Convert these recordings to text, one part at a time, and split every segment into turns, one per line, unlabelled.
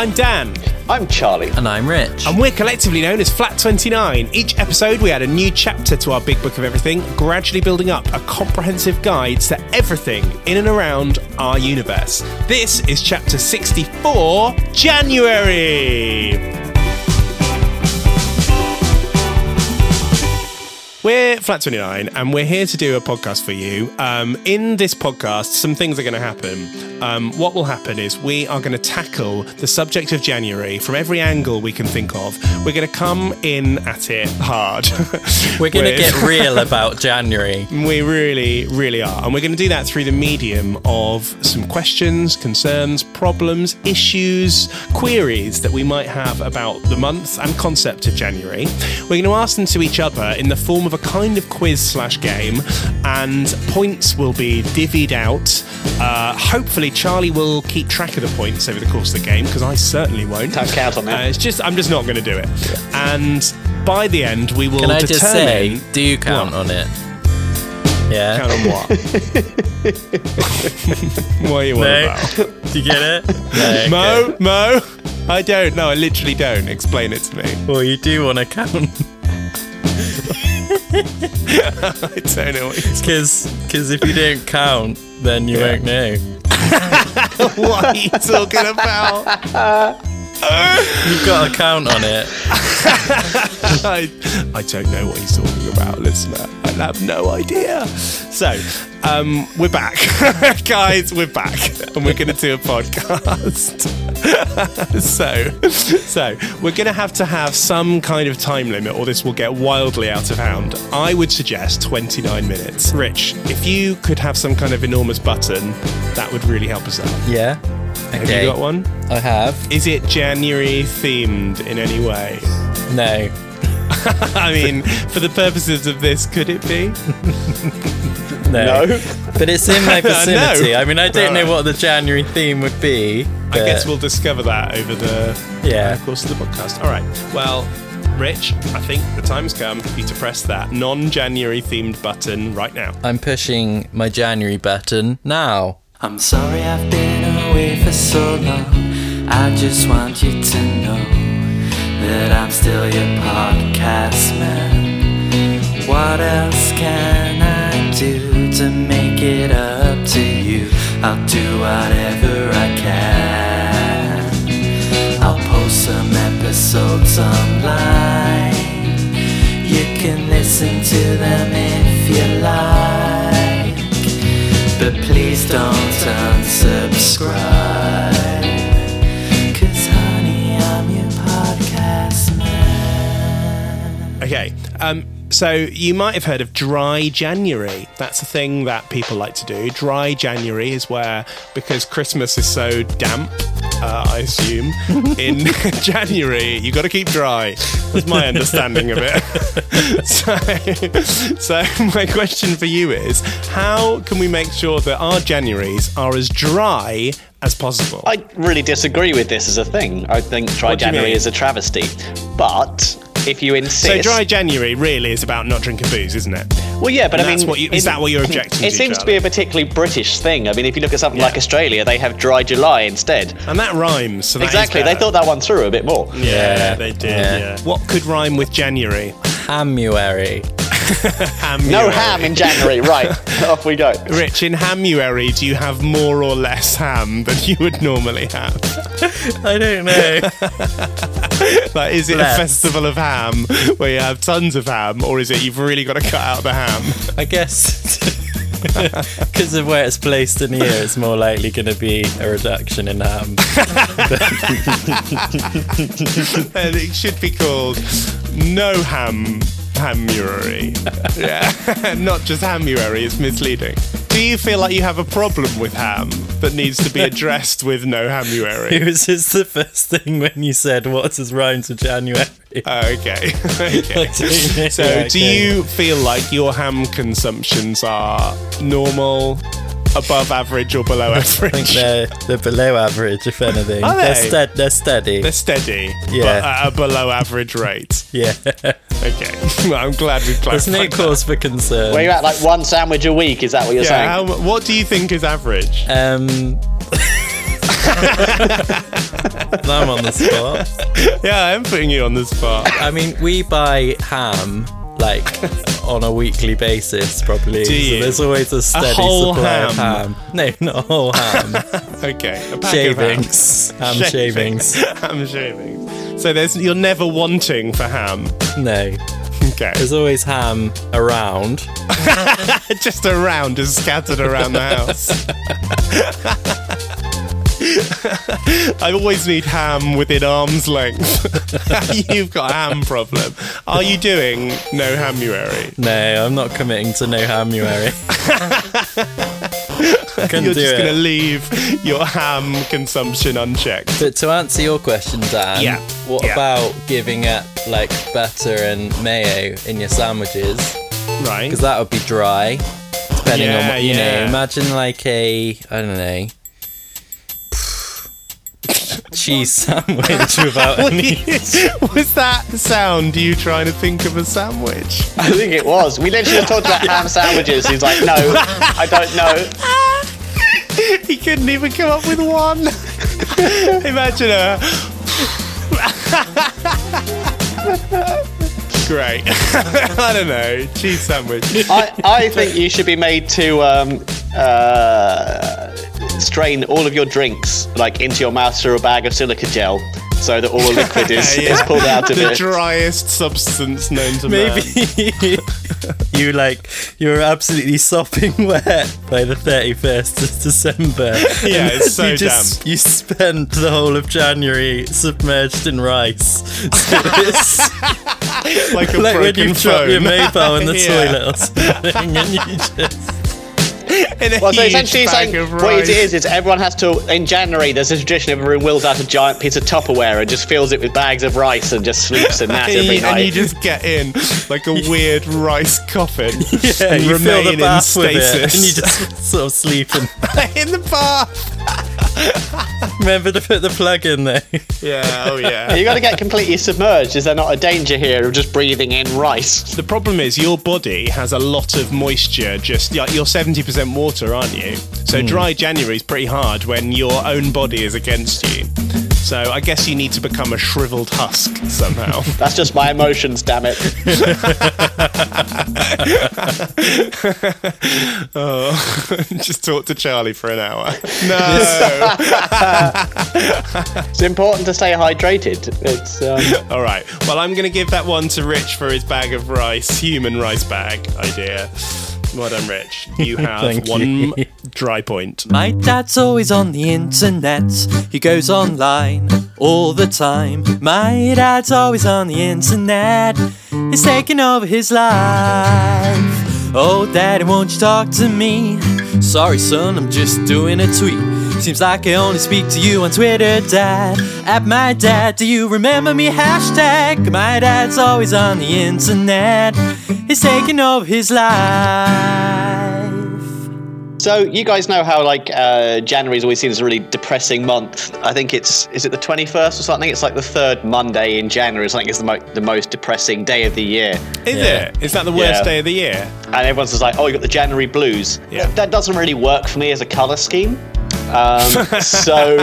I'm Dan.
I'm Charlie.
And I'm Rich.
And we're collectively known as Flat 29. Each episode, we add a new chapter to our big book of everything, gradually building up a comprehensive guide to everything in and around our universe. This is chapter 64, January. We're Flat 29 and we're here to do a podcast for you. Um, in this podcast, some things are going to happen. Um, what will happen is we are going to tackle the subject of January from every angle we can think of. We're going to come in at it hard.
We're going to
With-
get real about January.
We really, really are. And we're going to do that through the medium of some questions, concerns, problems, issues, queries that we might have about the month and concept of January. We're going to ask them to each other in the form of a kind of quiz slash game, and points will be divvied out. Uh, hopefully, Charlie will keep track of the points over the course of the game, because I certainly won't.
Don't count on that.
Uh, it's just, I'm just not going to do it. And by the end, we will
Can I
determine.
just say, do you count
What?
on it? Yeah.
Count on what? what are you on about?
no? Do you get it? No.
Mo,
okay.
Mo, I don't. No, I literally don't. Explain it to me.
Well, you do want to count
I don't know. What you're saying.
because if you don't count, then you won't know.
what are you talking about?
You've got to count on it.
I, I don't know what he's talking about, listener. I have no idea. So, um, we're back, guys. We're back, and we're going to do a podcast. so, so we're going to have to have some kind of time limit, or this will get wildly out of hand. I would suggest 29 minutes. Rich, if you could have some kind of enormous button, that would really help us out.
Yeah. Okay.
Have you got one?
I have.
Is it January themed in any way?
No.
I mean, for the purposes of this, could it be?
No.
No.
But it's in my vicinity. I mean, I don't
Right.
know what the January theme would be.
I guess
but-
we'll discover that over the
Yeah.
uh, course of the podcast. All right. Well, Rich, I think the time's come for you to press that non-January themed button right now.
I'm pushing my January button now.
I'm sorry I've been away for so long. I just want you to know that I'm still your podcast man. What else can I do to make it up to you? I'll do whatever I can. I'll post some episodes online. You can listen to them if you like. But please don't unsubscribe. Cause honey, I'm your podcast man.
Okay. Um, so you might have heard of dry January. That's a thing that people like to do. Dry January is where, because Christmas is so damp, uh, I assume, in January you got to keep dry. That's my understanding of it. so, so my question for you is, how can we make sure that our Januaries are as dry as possible?
I really disagree with this as a thing. I think Dry
What do you
January
mean?
is a travesty. But if you
so
insist,
dry January really is about not drinking booze, isn't it?
well, yeah, but I
that's
mean,
what you- is that what you're objecting
It
to,
seems to
Charlie?
be a particularly British thing. I mean, if you look at something like Australia, they have Dry July instead.
And that rhymes. So that is
exactly, they
better.
thought that one through a bit more.
Yeah, they did.
Yeah.
What could rhyme with January?
Hamuary.
Hamuary.
No ham in January, right? off we go.
Rich, in Hamuary, do you have more or less ham than you would normally have?
I don't know.
Like, is it
Less.
a festival of ham where you have tons of ham, or is it you've really got to cut out the ham?
I guess because of where it's placed in the year, it's more likely going to be a reduction in ham.
and it should be called No Ham Hamuary. yeah, not just Hamuary, it's misleading. Do you feel like you have a problem with ham that needs to be addressed with No Hamuary?
It was just the first thing when you said, "What's his rhymes with January?"
Okay. okay.
Okay.
So,
Yeah,
do
okay.
you feel like your ham consumptions are normal, above average, or below
I think
average?
they're, they're below average, if anything.
Are
They're,
they?
stead- they're steady.
They're steady,
Yeah.
but at a below average rate.
yeah.
Okay. Well, I'm glad we've clarified.
There's no
that.
cause for concern.
Where you at? Like one sandwich a week? Is that what you're
Yeah,
saying?
how, what do you think is average?
Um. I'm on the spot.
Yeah, I'm putting you on the spot.
I mean, we buy ham like on a weekly basis, probably. so
you?
there's always a steady
whole
supply of
ham?
ham. No, not whole ham.
Okay. a pack of hams.
shavings. Ham shavings.
ham shavings. So there's you're never wanting for ham.
No,
Okay.
there's always ham around.
just around, just scattered around the house. I always need ham within arm's length. You've got a ham problem. Are you doing no hamuary?
No, I'm not committing to no hamuary. I couldn't
You're
do
just
it.
going to leave your ham consumption unchecked.
But to answer your question, Dan,
Yeah.
what
Yeah.
about giving up like butter and mayo in your sandwiches?
Right.
because that would be dry. Depending on
Yeah,
what you
yeah.
know, imagine like a I don't know cheese sandwich without any.
Was that the sound you trying to think of a sandwich?
I think it was. We literally just talked about ham sandwiches. He's like, no, I don't know.
he couldn't even come up with one. Imagine her. Great. I don't know. Cheese sandwich.
I, I think you should be made to um, uh, strain all of your drinks like into your mouth through a bag of silica gel, so that all the liquid is,
Yeah.
is pulled out of
The
it.
driest substance known to man.
Maybe you like you're absolutely sopping wet by the 31st of December.
Yeah, it's so
you just, You spent the whole of January submerged in rice. So it's
Like a
like when
broken
you drop
phone.
your mobile in the
Yeah.
toilet or something, and you just
In a
well, so
huge
essentially,
bag
saying
of
what it
rice.
is is everyone has to in January. There's a tradition everyone wheels out a giant piece of Tupperware and just fills it with bags of rice and just sleeps in that every
And
night.
you just get in like a weird rice coffin
Yeah,
and
you
remain
fill the bath
in
with
stasis
it, and you just sort of sleep and
in the bath.
remember to put the plug in though.
Yeah, oh yeah.
You got to get completely submerged. Is there not a danger here of just breathing in rice?
The problem is your body has a lot of moisture. Just like you're seventy percent water, aren't you?
Hmm.
So dry January is pretty hard when your own body is against you. So I guess you need to become a shriveled husk somehow.
That's just my emotions, damn it.
Oh.
just talk to Charlie for an hour. No.
It's important to stay hydrated. It's um,
All right. Well, I'm going to give that one to Rich for his bag of rice, human rice bag idea. Well done, Rich. You have
Thank
one
you.
dry point.
My dad's always on the internet. He goes online all the time. My dad's always on the internet. It's taking over his life. Oh, daddy, won't you talk to me? Sorry, son, I'm just doing a tweet. Seems like I only speak to you on Twitter, dad. At my dad, do you remember me? Hashtag my dad's always on the internet. It's taking over his life.
so you guys know how like uh, January's always seen as a really depressing month. I think it's is it the twenty first or something? It's like the third Monday in January. It's like it's the, mo- the most depressing day of the year.
Is
Yeah.
it? Is that the worst
Yeah.
day of the year?
and everyone's just like, "Oh, you got the January blues."
Yeah.
That, that doesn't really work for me as a color scheme. Um, so,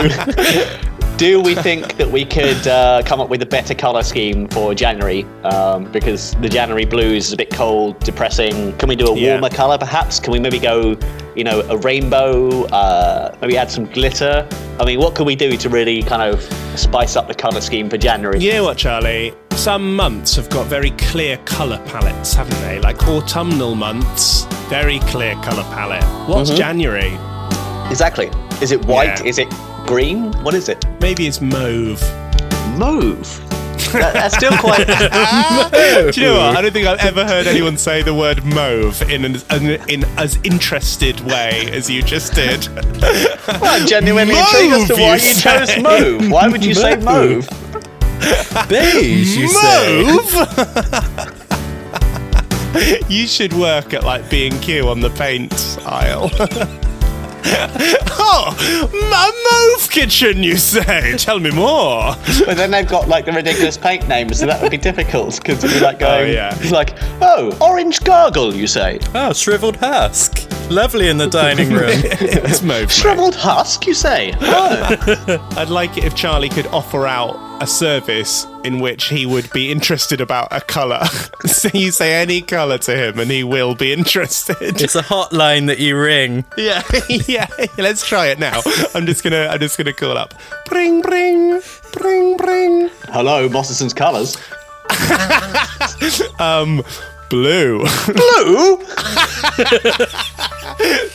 do we think that we could uh, come up with a better color scheme for January? Um, because the January blues is a bit cold, depressing. Can we do a
Yeah.
warmer color, perhaps? Can we maybe go, you know, a rainbow? Uh, maybe add some glitter. I mean, what can we do to really kind of spice up the color scheme for January?
You know what, Charlie? Some months have got very clear colour palettes, haven't they? Like autumnal months, very clear colour palette. What's January?
Exactly. Is it white?
Yeah.
Is it green? What is it?
Maybe it's mauve.
move. That, that's still quite.
Do you know what? I don't think I've ever heard anyone say the word mauve in an, an in as interested way as you just did.
I'm genuinely
Move,
intrigued as to why
you
you, chose
say.
move. Why would you say
Move.
move?
Beige, you say?
Mauve. you should work at like B and Q on the paint aisle. oh, my mauve kitchen, you say? Tell me more.
But then they've got like the ridiculous paint names, so that would be difficult because it'd be like going,
yeah.
it's like, oh, orange gargle, you say?
Oh, shriveled husk. Lovely in the dining room.
it's mauve. mate.
Shriveled husk, you say? Oh.
I'd like it if Charlie could offer out a service in which he would be interested about a colour. so you say any colour to him and he will be interested.
it's a hotline that you ring.
yeah, yeah. Let's try it now. I'm just gonna I'm just gonna call up. Bring bring bring bring
Hello, Mosserson's colours.
blue.
Blue?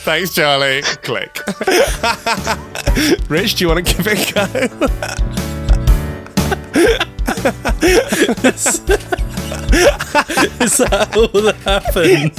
Thanks, Charlie. Click. Rich, do you wanna give it a go?
Is that all that happens?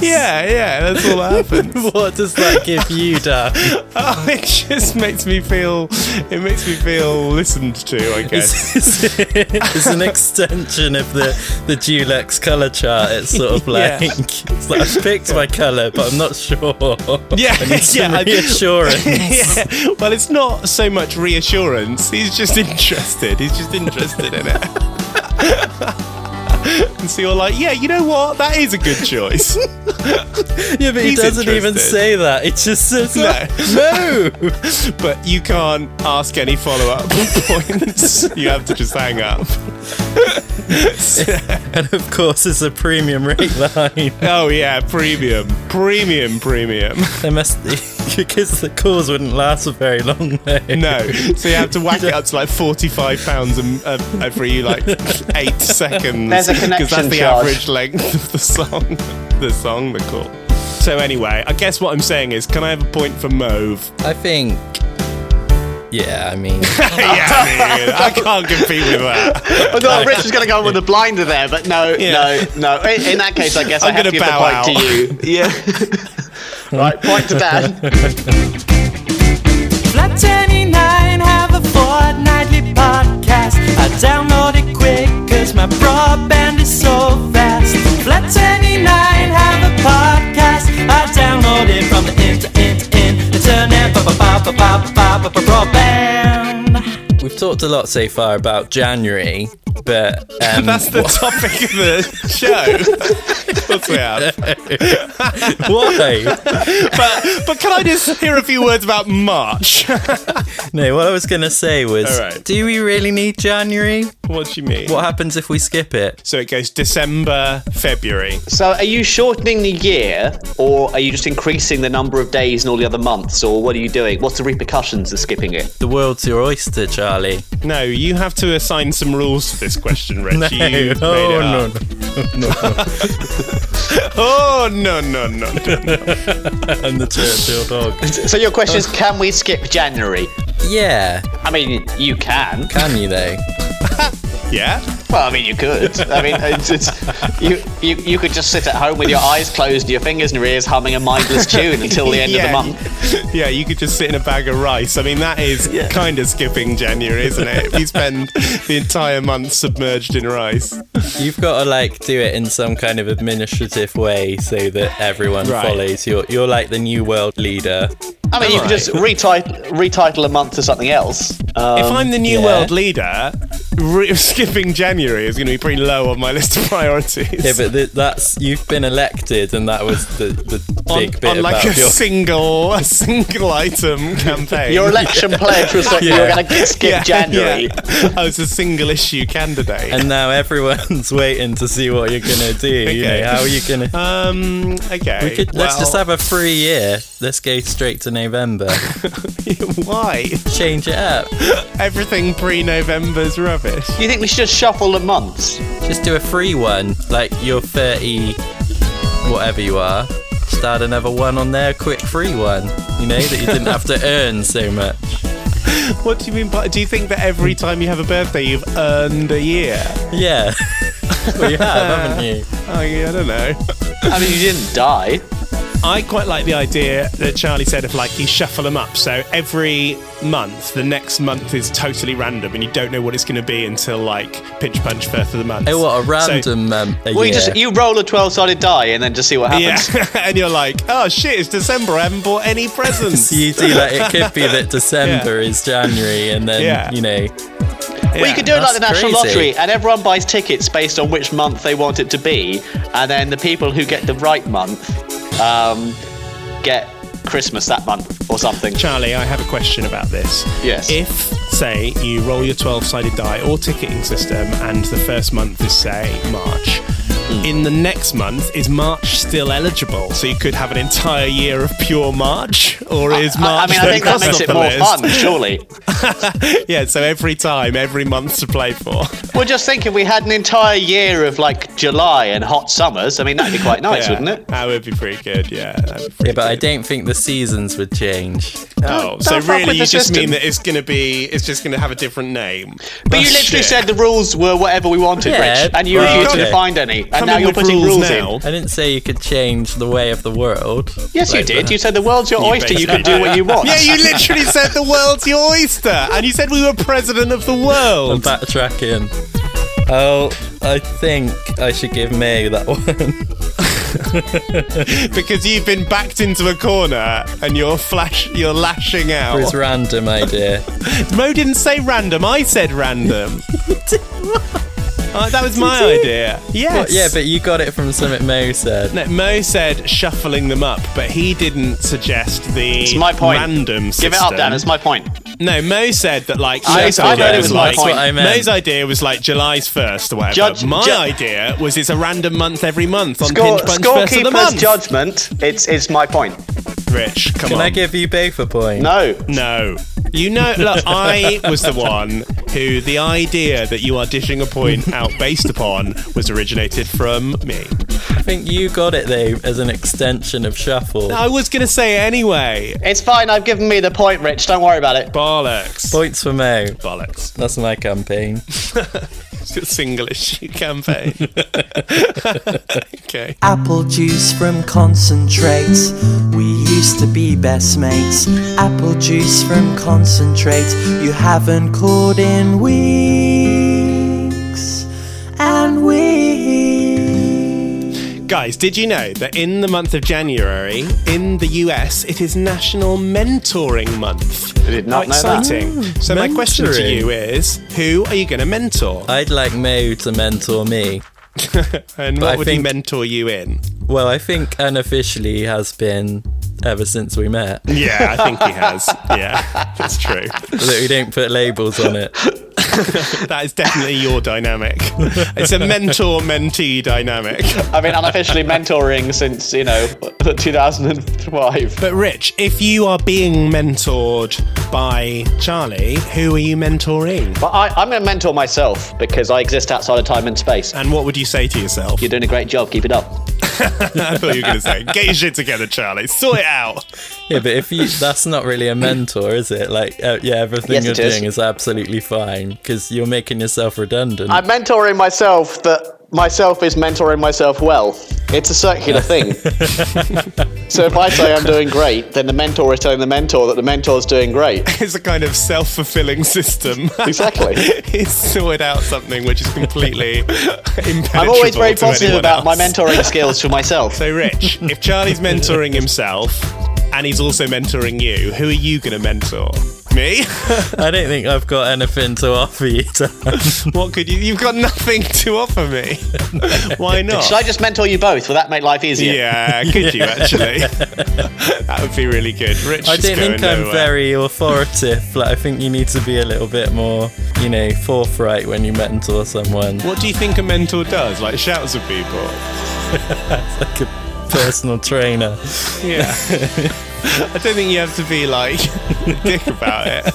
yeah, yeah, that's all that happened.
What does that give you, Duff?
Oh, it just makes me feel it makes me feel listened to, I guess.
It's, it's an extension of the the Dulux color chart. It's sort of
Yeah.
like it's like I've picked my color, but I'm not sure.
Yeah,
I need some
yeah, I-
reassurance.
yeah. Well, it's not so much reassurance. He's just interested. He's just interested in it. and so you're like, yeah, you know what? That is a good choice.
yeah, but he
He's
doesn't even
interested.
say that. It just says "Oh,
No.
no.
but you can't ask any follow up points. You have to just hang up.
and of course, it's a premium rate line.
Oh yeah, premium, premium, premium.
They must because the calls wouldn't last for very long. Though.
No, so you have to whack it up to like forty-five pounds uh, every like eight seconds.
There's a
because that's
connection
the
charge.
average length of the song. The song, the call. So anyway, I guess what I'm saying is, can I have a point for Mauve?
I think. Yeah, I mean,
yeah, I, mean, I can't compete with that.
I thought oh, Rich was going to go with a blinder there, but no, no, no. In, in that case, I guess i
I'm
have to
gonna
give the
bow
point to you. Yeah. right, point to Dan.
Flat 29 have a fortnightly podcast. I download it quick cause my broadband is so fast. Flat 29 have a podcast. I download it from the in to in to in. Internet, ba ba ba ba ba ba ba ba broadband.
we've talked a lot so far about January, but um,
That's the topic of the show. of course we have.
why?
But but can I just hear a few words about March?
No, what I was gonna say was,
All right.
do we really need January?
what do you mean?
What happens if we skip it?
So it goes December, February.
So, are you shortening the year, or are you just increasing the number of days in all the other months, or what are you doing? What's the repercussions of skipping it?
The world's your oyster, Charlie.
No, you have to assign some rules for this question, Rich.
No,
you
Oh,
made it
no,
up. Oh no no no! no.
I'm the Churchill dog.
So, your question is, can we skip January?
Yeah,
I mean, you can.
can you though?
yeah,
Well, I mean, you could. I mean, it's, it's, you, you you could just sit at home with your eyes closed, your fingers in your ears, humming a mindless tune until the end
yeah,
of the month.
y- yeah. You could just sit in a bag of rice. I mean, that is kind of skipping January, isn't it? If you spend the entire month submerged in rice,
You've got to like do it in some kind of administrative way so that everyone
Right.
follows. You're you're like the new world leader.
I mean, you could just retitle, retitle a month to something else. Um,
if I'm the new
yeah.
world leader, re- skipping January is going to be pretty low on my list of priorities.
Yeah, but th- that's you've been elected, and that was the the
on,
big bit
on like
about
a
your.
single, a single item campaign.
your election pledge was that you were
Yeah.
going to skip January.
yeah. I was Oh, a single issue candidate.
and now everyone's waiting to see what you're gonna do. You
Okay.
know, how are you gonna?
Um. Okay.
We could, let's just have a free year. Let's go straight to November.
have. Why?
Change it up.
Everything pre-November's rubbish.
Do you think we should just shuffle the months?
Just do a free one. Like you're 30, whatever you are. Just add another one on there, a quick free one. You know, that you didn't have to earn so much.
What do you mean? By, do you think that every time you have a birthday, you've earned a year?
Yeah. well, you have, haven't you?
Oh, yeah, I don't know.
I mean, you didn't die.
I quite like the idea that Charlie said of like you shuffle them up. So every month, the next month is totally random, and you don't know what it's going to be until like Pinch Punch first of the month.
Oh, what a
So-
random. um, a
Well, you
year.
just you roll a twelve-sided die and then just see what
yeah,
happens.
and you're like, oh shit, it's December. I haven't bought any presents.
So you do like it could be that December is January, and then
Yeah.
you know
Well, you could do it like the
That's
national
crazy.
lottery, and everyone buys tickets based on which month they want it to be, and then the people who get the right month um, get Christmas that month or something.
Charlie, I have a question about this.
Yes.
If, say, you roll your 12 sided die or ticketing system and the first month is, say, March,
Hmm.
in the next month, is March still eligible? So you could have an entire year of pure March? Or is
I, I
March
mean, I
then
think that
crossed
makes
off
it
the
more
list?
fun, surely.
Yeah, so every time, every month to play for.
Well, just think if we had an entire year of like July and hot summers, I mean, that'd be quite nice,
Yeah,
wouldn't it?
That would be pretty good, yeah. that'd be pretty
Yeah, but I
good.
don't think the seasons would change.
Oh,
Don't-
so
don't fuck
really,
with
you
the
just mean
system.
that it's gonna be, it's just gonna have a different name.
But you literally said the rules were whatever we wanted,
Yeah,
Rich, and you
well,
refused
okay.
to define any, and now you're putting rules, in.
I didn't say you could change the way of the world.
Yes, you
Like
did.
the-
You said the world's your oyster. You can do what you want.
Yeah, you literally said the world's your oyster, and you said we were president of the
I'm
world.
backtracking. Oh, I think I should give May that one.
because you've been backed into a corner and you're flash, you're lashing out.
For
Oh.
his random idea.
Mo didn't say random. I said random. Uh, that was my idea. Yes.
But yeah, but you got it from something Mo said.
No, Mo said shuffling them up, but he didn't suggest the
It's my point.
random system.
Give it up, Dan. It's my point.
No, Mo said that like
I-
Mo's
I
idea
thought it
was
was my
like
point.
That's what I meant.
Mo's idea was like July's first or whatever.
Judge-
my
ju-
idea was it's a random month every month on
Score,
Pinch Punch first of the
scorekeeper's
month.
judgment. It's it's my point.
Rich, come
Can
on.
I give you both a point?
No.
no, you know, look, I was the one who the idea that you are dishing a point out based upon was originated from me.
I think you got it though as an extension of shuffle.
I was gonna say it anyway.
It's fine. I've given me the point, Rich. Don't worry about it.
Bollocks.
Points for Mo.
Bollocks.
That's my campaign.
It's a single issue campaign. okay.
Apple juice from concentrate. We used to be best mates. Apple juice from concentrate. You haven't called in weeks and weeks.
Guys, did you know that in the month of January in the US it is National Mentoring Month? I
did not know
How
that.
exciting! so my question to
mentoring.
you is, who are you going to mentor,
I'd like Mo to mentor me.
and
I
what would he
think-
mentor you in?
Well, I think unofficially he has been ever since we met.
Yeah, I think he has. Yeah, that's true.
that we don't put labels on it.
That is definitely your dynamic. It's a mentor-mentee dynamic.
I've been unofficially mentoring since you know 2005.
But Rich, if you are being mentored by Charlie, who are you mentoring?
But I, I'm going to mentor myself because I exist outside of time and space.
And what would you say to yourself?
You're doing a great job. Keep it up.
I thought you were going to say, get your shit together, Charlie. Sort it out.
Yeah, but if you, that's not really a mentor, is it? Like, uh, yeah, everything
Yes,
you're
it is.
doing is absolutely fine because you're making yourself redundant.
I'm mentoring myself. That myself is mentoring myself. Well, it's a circular thing. so if I say I'm doing great, then the mentor is telling the mentor that the mentor's doing great.
It's a kind of self fulfilling system.
Exactly.
He's sorted out something which is completely impenetrable.
I'm always very
to
positive
anyone
about my
else.
mentoring skills for myself.
So, Rich, if Charlie's mentoring himself and he's also mentoring you, who are you going to mentor? Me?
I do not think I've got anything to offer you. Dan.
what could you? You've got nothing to offer me. Why not?
Should I just mentor you both? Will that make life easier?
yeah, could you actually? that would be really good. Rich
I
is
don't
going
think I'm
nowhere.
very authoritative. Like, I think you need to be a little bit more, you know, forthright when you mentor someone.
What do you think a mentor does? Like shouts at people.
Like a personal trainer.
Yeah. I don't think you have to be like a dick about it.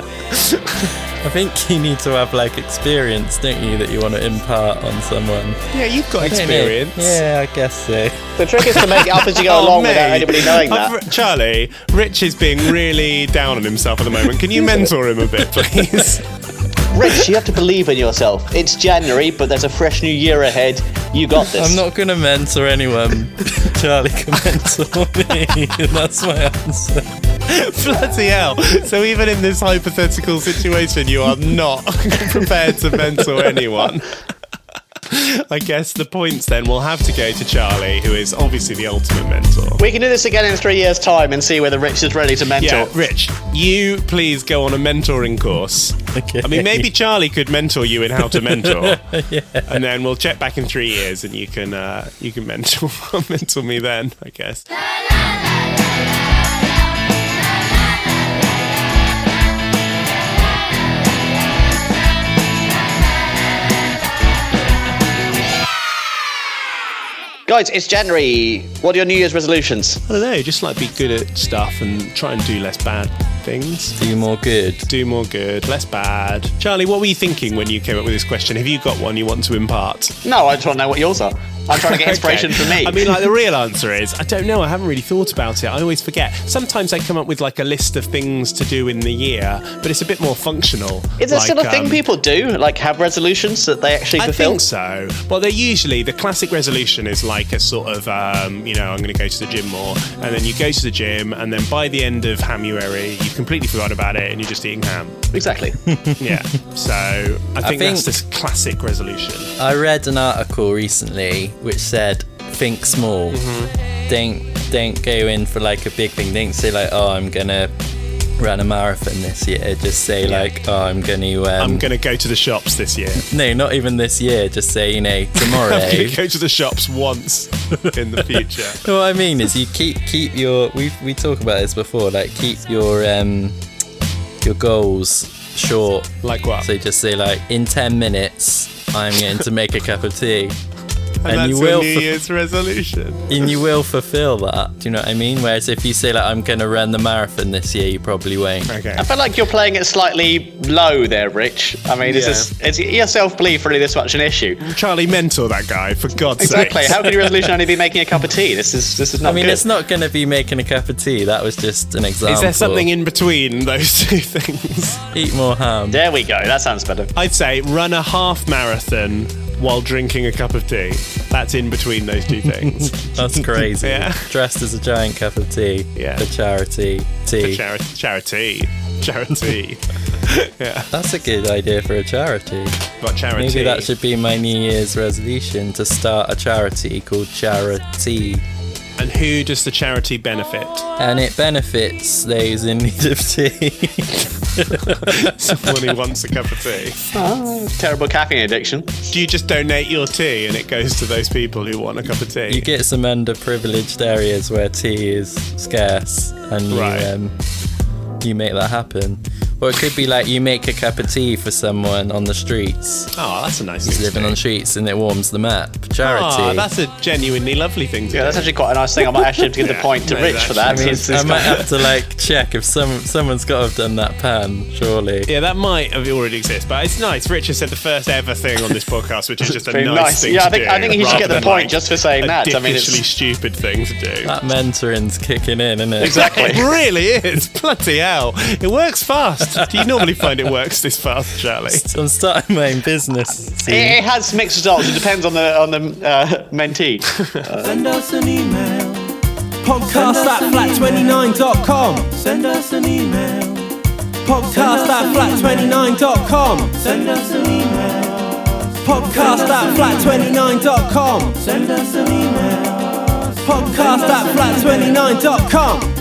I think you need to have like experience, don't you, that you want to impart on someone.
Yeah, you've got
Don't you?
experience.
Yeah, I guess so.
The trick is to make it up as you go
Oh,
along
mate.
without anybody knowing
I've
that.
re- Charlie, Rich is being really down on himself at the moment. Can you mentor him a bit, please?
Rich, you have to believe in yourself. It's January, but there's a fresh new year ahead. You got this.
I'm not going to mentor anyone. Charlie can mentor me. That's my answer.
Bloody hell. So even in this hypothetical situation, you are not prepared to mentor anyone. I guess the points then will have to go to Charlie, who is obviously the ultimate mentor.
We can do this again in three years' time and see whether Rich is ready to mentor.
Yeah, Rich, you please go on a mentoring course.
Okay.
I mean, maybe Charlie could mentor you in how to mentor, and then we'll check back in three years, and you can uh, you can mentor mentor me then, I guess.
Guys, it's January. What are your New Year's resolutions?
I don't know, just like be good at stuff and try and do less bad things.
Do more good.
Do more good, less bad. Charlie, what were you thinking when you came up with this question? Have you got one you want to impart?
No, I just want to know what yours are. I'm trying to get inspiration
Okay.
from me.
I mean, like the real answer is I don't know. I haven't really thought about it. I always forget. Sometimes I come up with like a list of things to do in the year, but it's a bit more functional.
is there
like,
still a thing
um,
people do? Like have resolutions that they actually
I
fulfill?
think so. Well, they're usually the classic resolution is like a sort of, um, you know, I'm going to go to the gym more, and then you go to the gym, and then by the end of Hamuary, you completely forgot about it, and you're just eating ham.
Exactly.
Yeah. so I think,
think- Um,
that's this classic resolution.
I read an article recently which said think small. Mm-hmm. Don't don't go in for like a big thing. Don't say like, oh, I'm gonna run a marathon this year. Just say like, oh, I'm gonna. Um,
I'm going to go to the shops this year.
no, not even this year. Just say you know tomorrow.
I'm going to go to the shops once in the future.
what I mean is you keep keep your we we talked about this before. Like keep your um your goals short.
Like what?
So just say like in ten minutes. I'm going to make a cup of tea, and,
that's
you
your
will
New
fu-
Year's resolution.
and you will fulfill that. Do you know what I mean? Whereas if you say like I'm gonna run the marathon this year, you probably won't.
Okay.
I feel like you're playing it slightly low there, Rich. I mean, is,
Yeah.
this, is your self belief really this much an issue?
Charlie, mentor that guy, for God's
Exactly.
sake.
How can your resolution only be making a cup of tea? This is this is not
I mean,
good.
it's not gonna be making a cup of tea. That was just an example.
Is there something in between those two things?
Eat more ham.
There we go. That sounds better.
I'd say run a half marathon while drinking a cup of tea. That's in between those two things.
That's crazy.
Yeah.
Dressed as a giant cup of tea
Yeah.
for charity. Tea.
Chari- charity. Charity.
That's a good idea for a charity.
But charity.
Maybe that should be my New Year's resolution to start a charity called Charity.
And who does the charity benefit?
And it benefits those in need of tea.
Someone who wants a cup of tea.
Terrible caffeine addiction.
Do you just donate your tea and it goes to those people who want a cup of tea?
you get some underprivileged areas where tea is scarce, and you,
Right.
um, you make that happen. Or it could be like you make a cup of tea for someone on the streets,
oh, that's a nice
who's
thing to
living on
do.
the streets, and it warms them up. Charity.
Ah, that's a genuinely lovely thing to
Yeah,
do.
that's actually quite a nice thing. I might actually have to give
Yeah,
the point to
no,
Rich for
that's-
that.
I mean,
since
I
it's
might
got-
have to like check if some someone's got to have done that pan, surely.
Yeah, that might have already exist, but it's nice. Richard said the first ever thing on this podcast, which is just a
Very
nice,
nice.
thing
Yeah,
to
I think-
do.
I think he should
rather
get the
than,
point
like,
just for saying
a
that. I mean, it's-
dickishly stupid thing to do.
That mentoring's kicking in, isn't it?
Exactly.
It really is. Bloody hell. It works fast. Do you normally find it works this fast, Charlie?
I'm starting my own business. See?
Eh.
It, it has mixed results. It depends on the on the uh, mentee.
Send us an email.
Podcast
Send us
at
an
flat29.com.
Send us an email.
Podcast at flat29.com.
Send us an email.
Podcast at flat29.com.
Send us an email.
Podcast at flat29.com.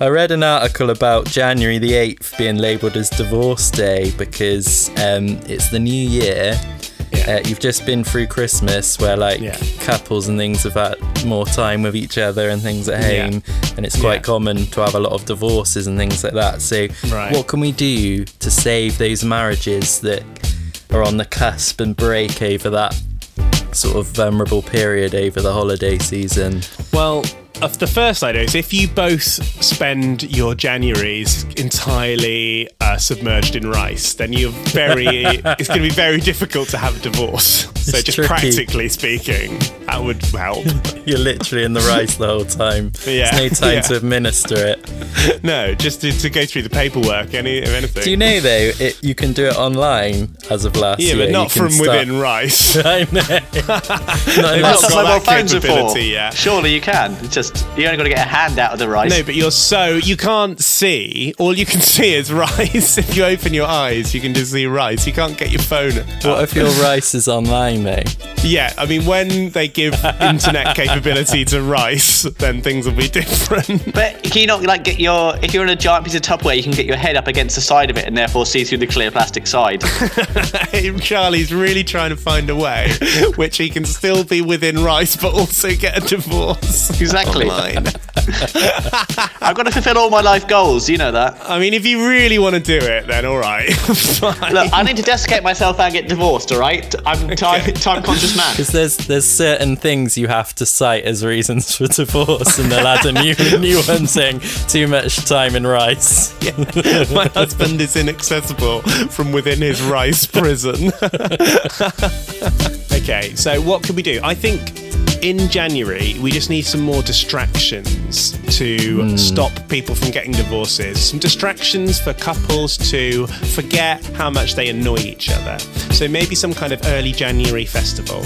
I read an article about January the 8th being labelled as divorce day because um, it's the new year. Uh, you've just been through Christmas where like
Yeah.
couples and things have had more time with each other and things at
Yeah.
home and it's quite
Yeah.
common to have a lot of divorces and things like that. So
Right.
what can we do to save those marriages that are on the cusp and break over that sort of vulnerable period over the holiday season?
Well, of the first idea is if you both spend your Januaries entirely uh, submerged in rice, then you're very. it's going to be very difficult to have a divorce. so
It's
just
tricky.
practically speaking, that would help.
You're literally in the rice the whole time.
Yeah,
There's no time
yeah.
to administer it.
no, just to, to go through the paperwork, any if anything.
Do you know though? It, you can do it online as of last
yeah,
year.
but
You
not
can
from
start-
within rice.
I know. Not
That's
unless-
what
got that
mobile phones are for.
capability, yeah.
Surely you can. It's just you only got to get a hand out of the rice.
No, but you're so you can't see. All you can see is rice. if you open your eyes, you can just see rice. You can't get your phone.
What if your rice is online though?
Yeah, I mean, when they give internet capability to rice, then things will be different.
But can you not like get your if you're in a giant piece of Tupperware, you can get your head up against the side of it and therefore see through the clear plastic side.
Charlie's really trying to find a way which he can still be within rice, but also get a divorce.
Exactly.
Online.
I've got to fulfil all my life goals. You know that.
I mean, if you really want to do it, then all right. Fine.
Look, I need to desiccate myself and get divorced. All right. I'm time time conscious man.
Because there's there's certain things you have to cite as reasons for divorce, and they'll add a new new one saying too much time in rice.
My husband is inaccessible from within his rice prison. okay, so what can we do? I think in January, we just need some more distractions to stop people from getting divorces. Some distractions for couples to forget how much they annoy each other. So maybe some kind of early January festival,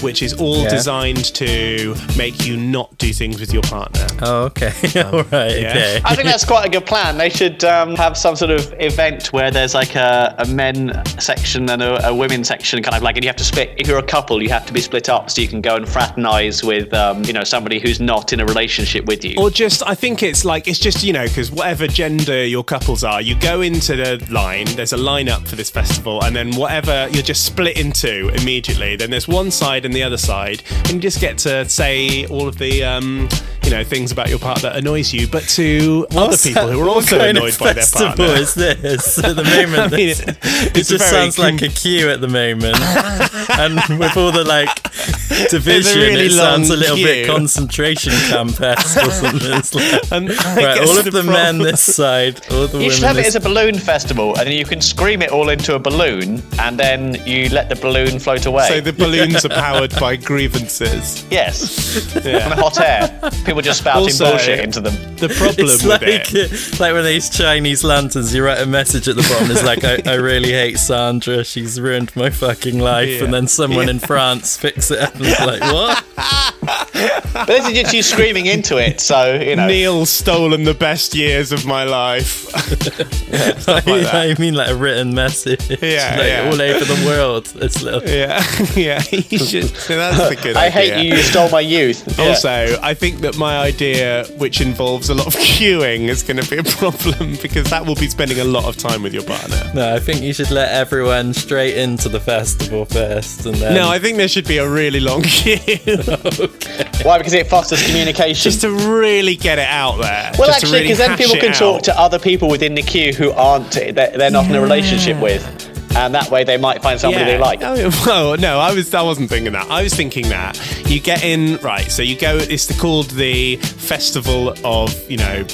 which is all
Yeah.
designed to make you not do things with your partner.
Oh, okay. All right.
yeah.
Okay.
I think that's quite a good plan. They should um, have some sort of event where there's like a, a men section and a, a women section, kind of like, and you have to split. If you're a couple, you have to be split up so you can go and fraternize with, um, you know, somebody who's not in a relationship with you.
Or just, I think it's like, it's just, you know, because whatever gender your couples are, you go into the line, there's a lineup for this festival, and then whatever, you're just split into immediately. Then there's one side and the other side, and you just get to say all of the, um, you know, things about your partner that annoys you, but to other
What's
people
that-
who are
what
also
kind of
annoyed by their
festival
partner.
is this at the moment?
I mean,
this-
it-
it,
it's
just
very
sounds like
com-
a queue at the moment, and with all the like division,
really
it sounds a
long
little bit
queue.
concentration camp esque or something. It's like-
And I
right,
guess
all of the, men
problem-
this side, all the
You
women.
should have it as
this-
a balloon festival, and then you can scream it all into a balloon, and then you let the balloon float away.
So the balloons are powered by grievances.
yes,
Yeah.
on hot air, people just spouting
Also-
bullshit into them.
The problem
it's
with
like
it.
uh, like one of these Chinese lanterns. You write a message at the bottom. It's like, I, I really hate Sandra. She's ruined my fucking life.
Yeah.
And then someone in France picks it up and is like, what?
But this is just you screaming into it, so you know.
Neil's stolen the best years of my life. like that.
I mean, like a written message.
Yeah,
like
yeah.
all over the world. This little.
Yeah, yeah, you should. So that's a good
I
idea.
hate you. You stole my youth. Yeah.
Also, I think that my idea, which involves a lot of queuing, is going to be a problem because that will be spending a lot of time with your partner.
No, I think you should let everyone straight into the festival first, and
Um,
then.
No, I think there should be a really long queue
why? Because it fosters communication.
just to really get it out there.
well,
just to
actually,
really
because then
hash
people
it
can talk
out.
to other people within the queue who aren't they're, they're not in a relationship with, and that way they might find somebody they like.
Oh, well, no, I was I wasn't thinking that. I was thinking that you get in right. So you go. It's the, called the Festival of you know.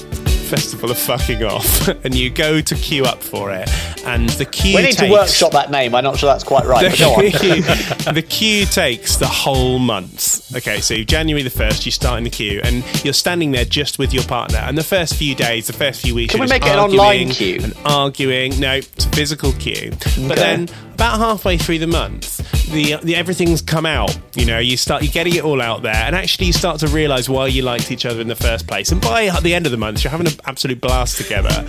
Festival of fucking off, and you go to queue up for it, and the queue.
we need to
takes-
workshop that name. I'm not sure that's quite right. But go on.
the, queue, the queue takes the whole month. Okay, so January the 1st, you start in the queue and you're standing there just with your partner. And the first few days, the first few weeks,
Can
you're
we
just
make it an
arguing
online queue?
And arguing. No, it's a physical queue. But
Okay.
then about halfway through the month, the, the everything's come out. You know, you start you're getting it all out there, and actually you start to realise why you liked each other in the first place. And by the end of the month, you're having an absolute blast together,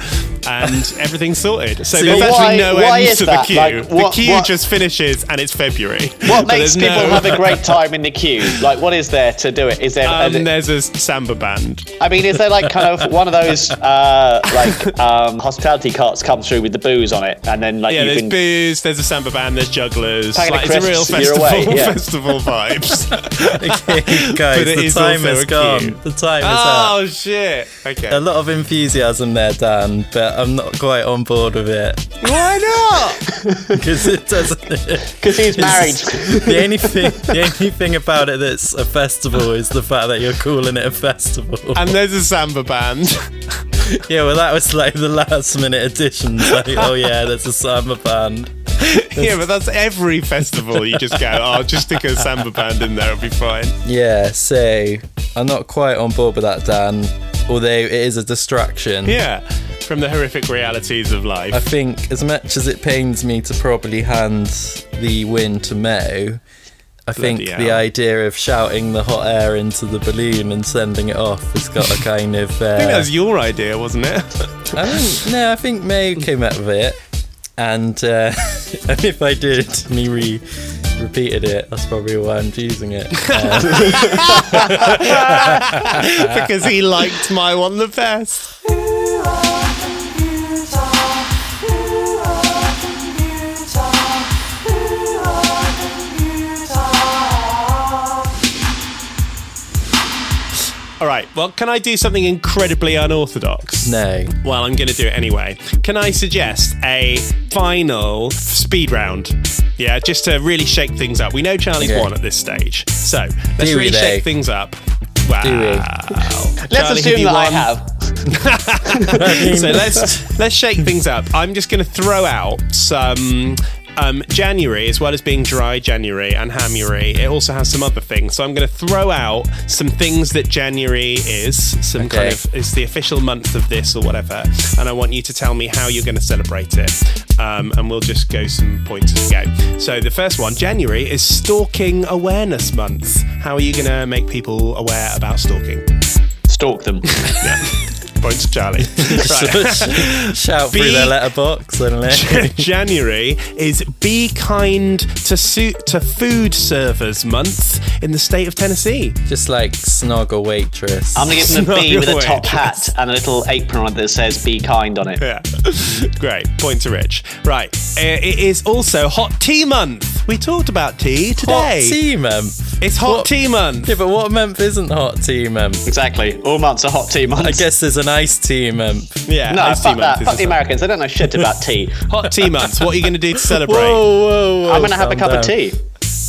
and everything's sorted. So,
So
there's
why-
actually no
why
end
is
to the
that?
queue.
Like,
the
what-
queue
what-
just finishes and it's February.
What
But
makes
there's
people
no-
have a great time in the queue? Like, what is there to do it? Is there?
Um,
is it-
there's a samba band.
I mean, is there like kind of one of those uh, like um, hospitality carts come through with the booze on it, and then like
Yeah,
you
there's
can
booze, there's a samba band, there's jugglers.
Packet of
Like, it's a real
crisps, you're
festival,
away, yeah.
festival vibes.
Okay,
But
guys,
it
the
is
time
also
has
a
gone.
queue.
The time is up.
oh shit!
A
Okay.
lot of enthusiasm there, Dan, but I'm not quite on board with it
Why not?
because it doesn't.
because he's married.
It's- the only thing, the only thing about it that's a festival is the fact that you're calling it a festival.
And there's a samba band.
yeah, well, that was like the last minute additions. Like, oh yeah, that's a summer band.
yeah, but that's every festival. You just go, oh, I'll just stick a samba band in there, it'll be fine.
Yeah, so I'm not quite on board with that, Dan. Although it is a distraction.
Yeah, from the horrific realities of
I
life.
think as much as it pains me to probably hand the win to Mo, I think
Bloody
the
hell.
idea of shouting the hot air into the balloon and sending it off has got a kind of. Uh,
I think that was your idea, wasn't it?
I think- no, I think Mo came up with it, and uh, and if I did, and he re- repeated it, that's probably why I'm choosing it. Um,
because he liked my one the best. All right, well, can I do something incredibly unorthodox?
no,
Well, I'm going to do it anyway. Can I suggest a final speed round? Yeah, just to really shake things up. We know Charlie's
Okay.
won at this stage. So let's
Do we,
really shake
though?
things up. Wow.
Let's
Charlie, have
assume
you
that I
won?
have.
so let's let's shake things up. I'm just going to throw out some um, January, as well as being dry January and hamuary. It also has some other things. So I'm going to throw out some things that January is. Some kind
Okay.
of it's the official month of this or whatever. And I want you to tell me how you're going to celebrate it. Um, and we'll just go some points as we go. So the first one, January, is Stalking Awareness Month. How are you going to make people aware about stalking?
Stalk them.
Points, to Charlie. Right.
shout through their
Be-
letterbox and let-
January is Be Kind to Suit to Food Servers Month in the state of Tennessee.
just like snog a waitress.
I'm gonna give them a
Not
B
your
with a top
waitress.
hat and a little apron on it that says "Be kind" on it.
Yeah. Great. Point to Rich. Right. Uh, It is also Hot Tea Month. We talked about tea
hot
today.
tea month.
It's Hot
What-
Tea Month.
Yeah, but what month isn't hot tea month?
Exactly. All months are hot tea months.
I guess there's an ice tea month.
Yeah.
No,
iced
fuck that.
is
Fuck the
as well.
Americans. They don't know shit about tea.
Hot Tea Month. What are you going to do to celebrate?
whoa, whoa!
I'm gonna have a cup
calm
of
down.
tea.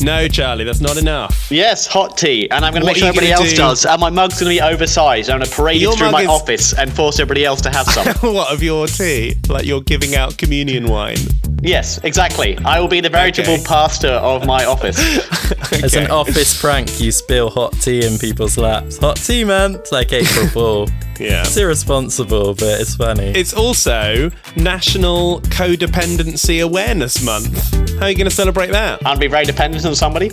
No, Charlie, that's not enough.
Yes, hot tea, and I'm gonna make
What
sure
are
everybody
you gonna
else does.
do?
And my mug's gonna be oversized. I'm gonna parade
Your
it through
mug
my
is-
office and force everybody else to have some.
What of your tea? Like you're giving out communion wine.
yes, exactly. I will be the veritable
Okay.
pastor of my office.
As an
Okay.
office prank, you spill hot tea in people's laps. Hot tea month, like April Fool.
Yeah.
It's irresponsible, but it's funny.
It's also National Codependency Awareness Month. How are you going to celebrate that?
and be very dependent on somebody.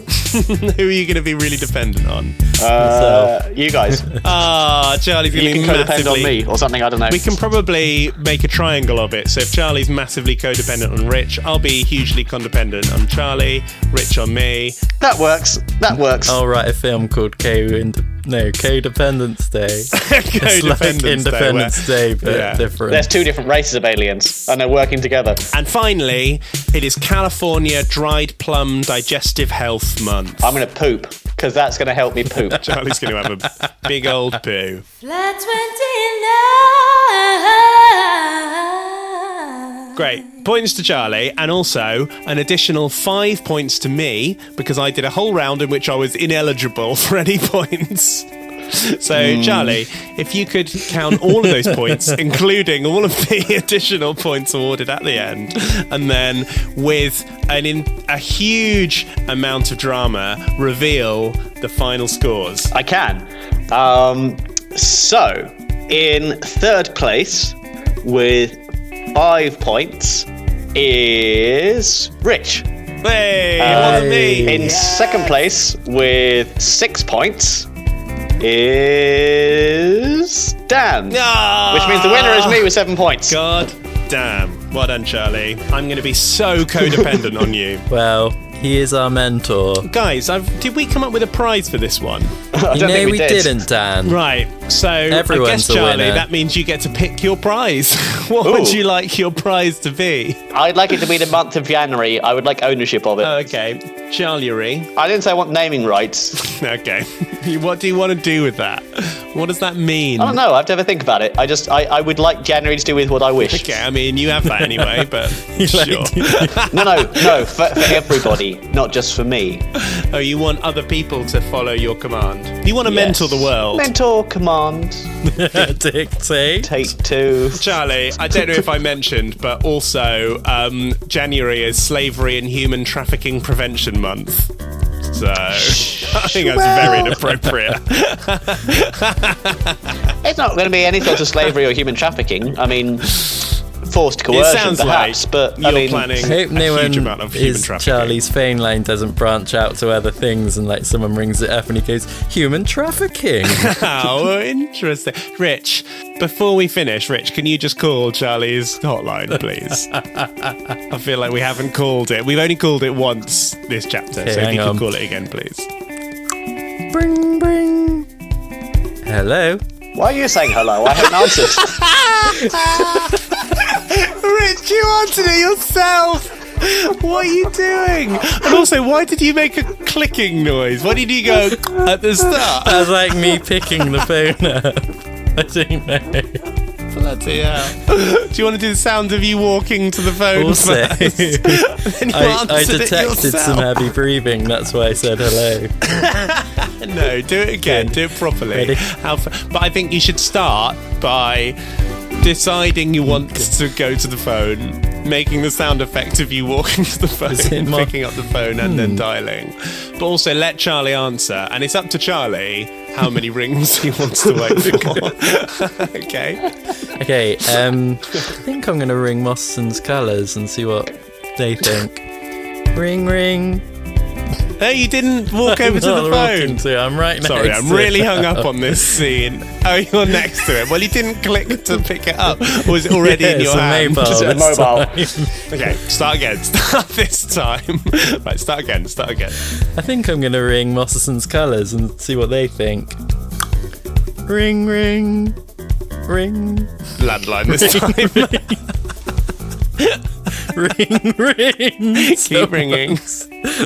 Who are you going to be really dependent on?
Uh, you guys,
Ah, Charlie's
you
going to
can
be
co-depend on
massively.
me or something. I don't know.
We can probably make a triangle of it. So if Charlie's massively codependent on Rich, I'll be hugely codependent on Charlie, Rich on me.
That works. That works.
I'll write a film called Co ind- No Codependence Day. It's
Codependence
like
Day,
Independence
where-
Day, but
Yeah.
different.
There's two different races of aliens, and they're working together.
And finally, it is California Dried Plum Digestive Health Month.
I'm gonna poop because that's gonna help me poop.
Charlie's going to have a big old poo.
Flat 29.
Great. Points to Charlie, and also an additional five points to me because I did a whole round in which I was ineligible for any points. So,
Hmm.
Charlie, if you could count all of those points, including all of the additional points awarded at the end, and then with an in, a huge amount of drama, reveal the final scores.
I can. Um, so, in third place with five points is Rich.
Hey, it wasn't me.
In second place with six points is Dan.
Ah.
Which means the winner is me with seven points.
God damn. Well done, Charlie. I'm going to be so codependent on you.
well, he is our mentor.
Guys, I've, did we come up with a prize for this one?
I
you
don't
know
think
we,
we, did.
didn't, Dan.
Right, so I guess,
Everyone's a
Charlie,
winner.
that means you get to pick your prize. what would
Ooh.
you like your prize to be?
I'd like it to be the month of January. I would like ownership of it.
Okay, Charlie.
I didn't say I want naming rights.
Okay. You- what do you want to do with that? What does that mean?
I don't know. I have to ever think about it. I just, I, I would like January to do with what I wish.
Okay, I mean, you have that anyway, but sure.
No, no, no, for, for everybody, not just for me.
oh, you want other people to follow your command. You want to
Yes.
mentor the world.
Mentor, command,
Dictate.
take two.
Charlie, I don't know if I mentioned, but also um, January is Slavery and Human Trafficking Prevention Month. So I think that's very inappropriate.
It's not going to be any sort of slavery or human trafficking. I mean, forced
It
coercion,
sounds
perhaps,
like
but
you're
I mean,
planning
I hope
a
no
huge
one
amount of human
is
trafficking.
Charlie's phone line doesn't branch out to other things and like someone rings it up and he goes human trafficking.
How Oh, interesting. Rich, before we finish, Rich, can you just call Charlie's hotline, please? I feel like we haven't called it. We've only called it once this chapter, so if
hang
you
on.
could call it again, please.
bring bring. Hello.
why are you saying hello? I haven't answered.
Rich, you answered it yourself. What are you doing? And also, why did you make a clicking noise? Why did you go at the start?
That was like me picking the phone up. I don't know.
Bloody hell. Do you want to do the sound of you walking to the phone
Also,
first? Then you
I, I
answered it
detected some
yourself.
heavy breathing. That's why I said hello.
No, do it again. Do it properly.
Ready?
How f- but I think you should start by deciding you want to go to the phone, making the sound effect of you walking to the phone,
it my- Hmm.
picking up the phone, and then dialing. But also let Charlie answer, and it's up to Charlie how many rings he wants to wait for. okay.
Okay. Um, I think I'm gonna ring Mostyn's colours and see what they think. Ring ring.
Hey, you didn't walk over to
Not
the
rocking
phone.
to, I'm right next
Sorry,
to
I'm really
it.
hung up on this scene. Oh, you're next to it. Well, you didn't click to pick it up. Or was it already
Yeah,
in
it's
your
a
hand?
mobile.
Just a
this
mobile.
time.
Okay, start again. Start this time. right, start again. Start again.
I think I'm gonna ring Mostyn's colours and see what they think. Ring ring. Ring
Landline this time.
ring ring.
Keep ringing.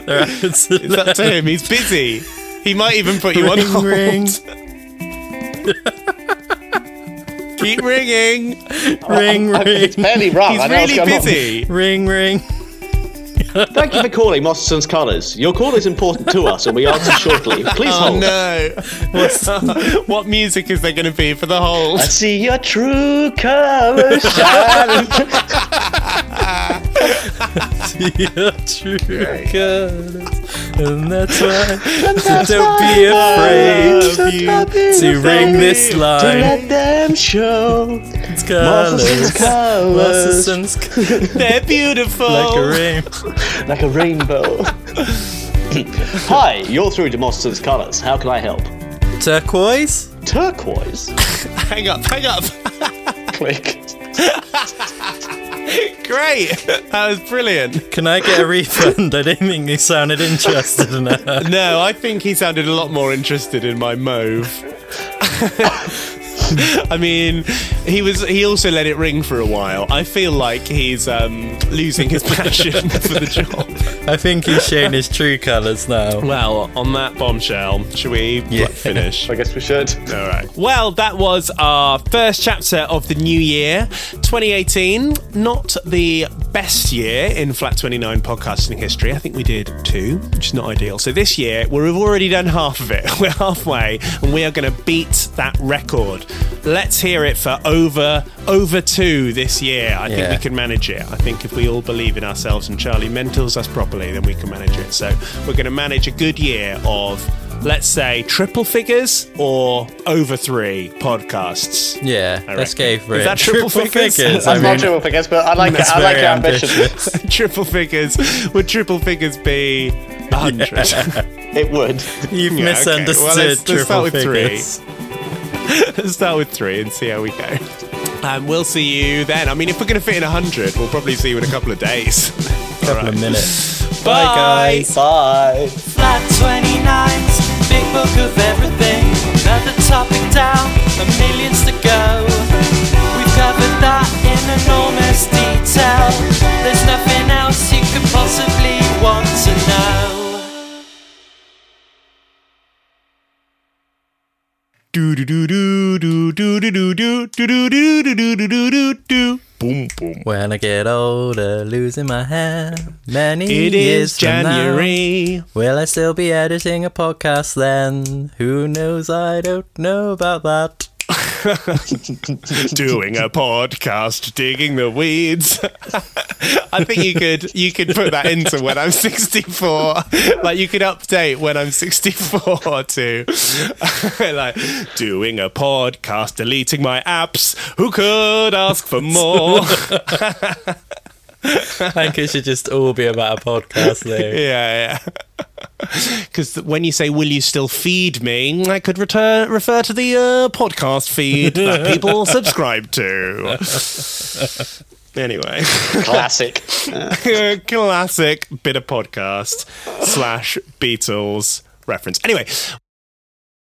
They're absolutely-
It's up to him. He's busy. He might even put you on
Ring,
hold.
ring.
Keep ringing.
ring ring.
it's barely wrong.
He's
Oh, I know what's
really
going on.
busy.
Ring ring.
Thank you for calling Mostyn's Colours. Your call is important to us, and we answer shortly. Please
Oh
hold.
no! what music is there going to be for the hold?
I see your true colours shining.
Yeah, true colours. And that's why. so don't be afraid
Love you.
to ring this line.
Let them show
It's colours.
colours
Mostyn's colours.
They're beautiful.
Like a ring.
like a rainbow. Hi, you're through to Mostyn's Colours. How can I help?
Turquoise?
Turquoise.
hang up. Hang up.
Click.
Great. That was brilliant.
Can I get a refund? I don't think you sounded interested enough.
No, I think he sounded a lot more interested in my mauve. I mean, he was. He also let it ring for a while. I feel like he's um, losing his passion for the job.
I think he's shown his true colours now.
Well, on that bombshell, should we bl-
Yeah.
finish?
I guess we should.
All right. Well, that was our first chapter of the new year, 2018. Not the best year in Flat 29 podcasting history. I think we did two, which is not ideal. So this year, we've already done half of it. We're halfway, and we are going to beat that record. Let's hear it for over over two this year. I think
Yeah.
we can manage it. I think if we all believe in ourselves and Charlie mentors us properly, then we can manage it. So we're going to manage a good year of, let's say, triple figures or over three podcasts.
Yeah,
I
let's go
reckon.
for
Is
it.
that triple figures?
I
I'm
mean,
not sure what I guess, but I like it.
that's
I like
very
your ambition.
ambitious.
triple figures. Would triple figures be 100?
It would.
You've
Yeah, okay. Well,
misunderstood
let's- let's start
triple
with three.
figures.
Let's start with three and see how we go. Um, we'll see you then. I mean, if we're going to fit in 100, we'll probably see you in a couple of days. All
couple of minutes.
Bye,
guys.
Bye.
Flat 29's big book of everything. Another topic down, a millions to go. We've covered that in enormous detail. There's nothing else you could possibly want to know.
do do do do do do do do do do do do do do do do do do boom boom.
When I get older, losing my hair, many
It
years
is January.
From now, will I still be editing a podcast then? Who knows? I don't know about that.
doing a podcast, digging the weeds. I think you could you could put that into when I'm 64. Like you could update when I'm 64 too. like doing a podcast, deleting my apps. Who could ask for more?
I think it should just all be about a podcast though.
yeah, yeah. Because when you say "Will you still feed me," I could return, refer to the uh, podcast feed that people subscribe to. Anyway.
Classic. Uh,
classic bit of podcast slash Beatles reference. Anyway,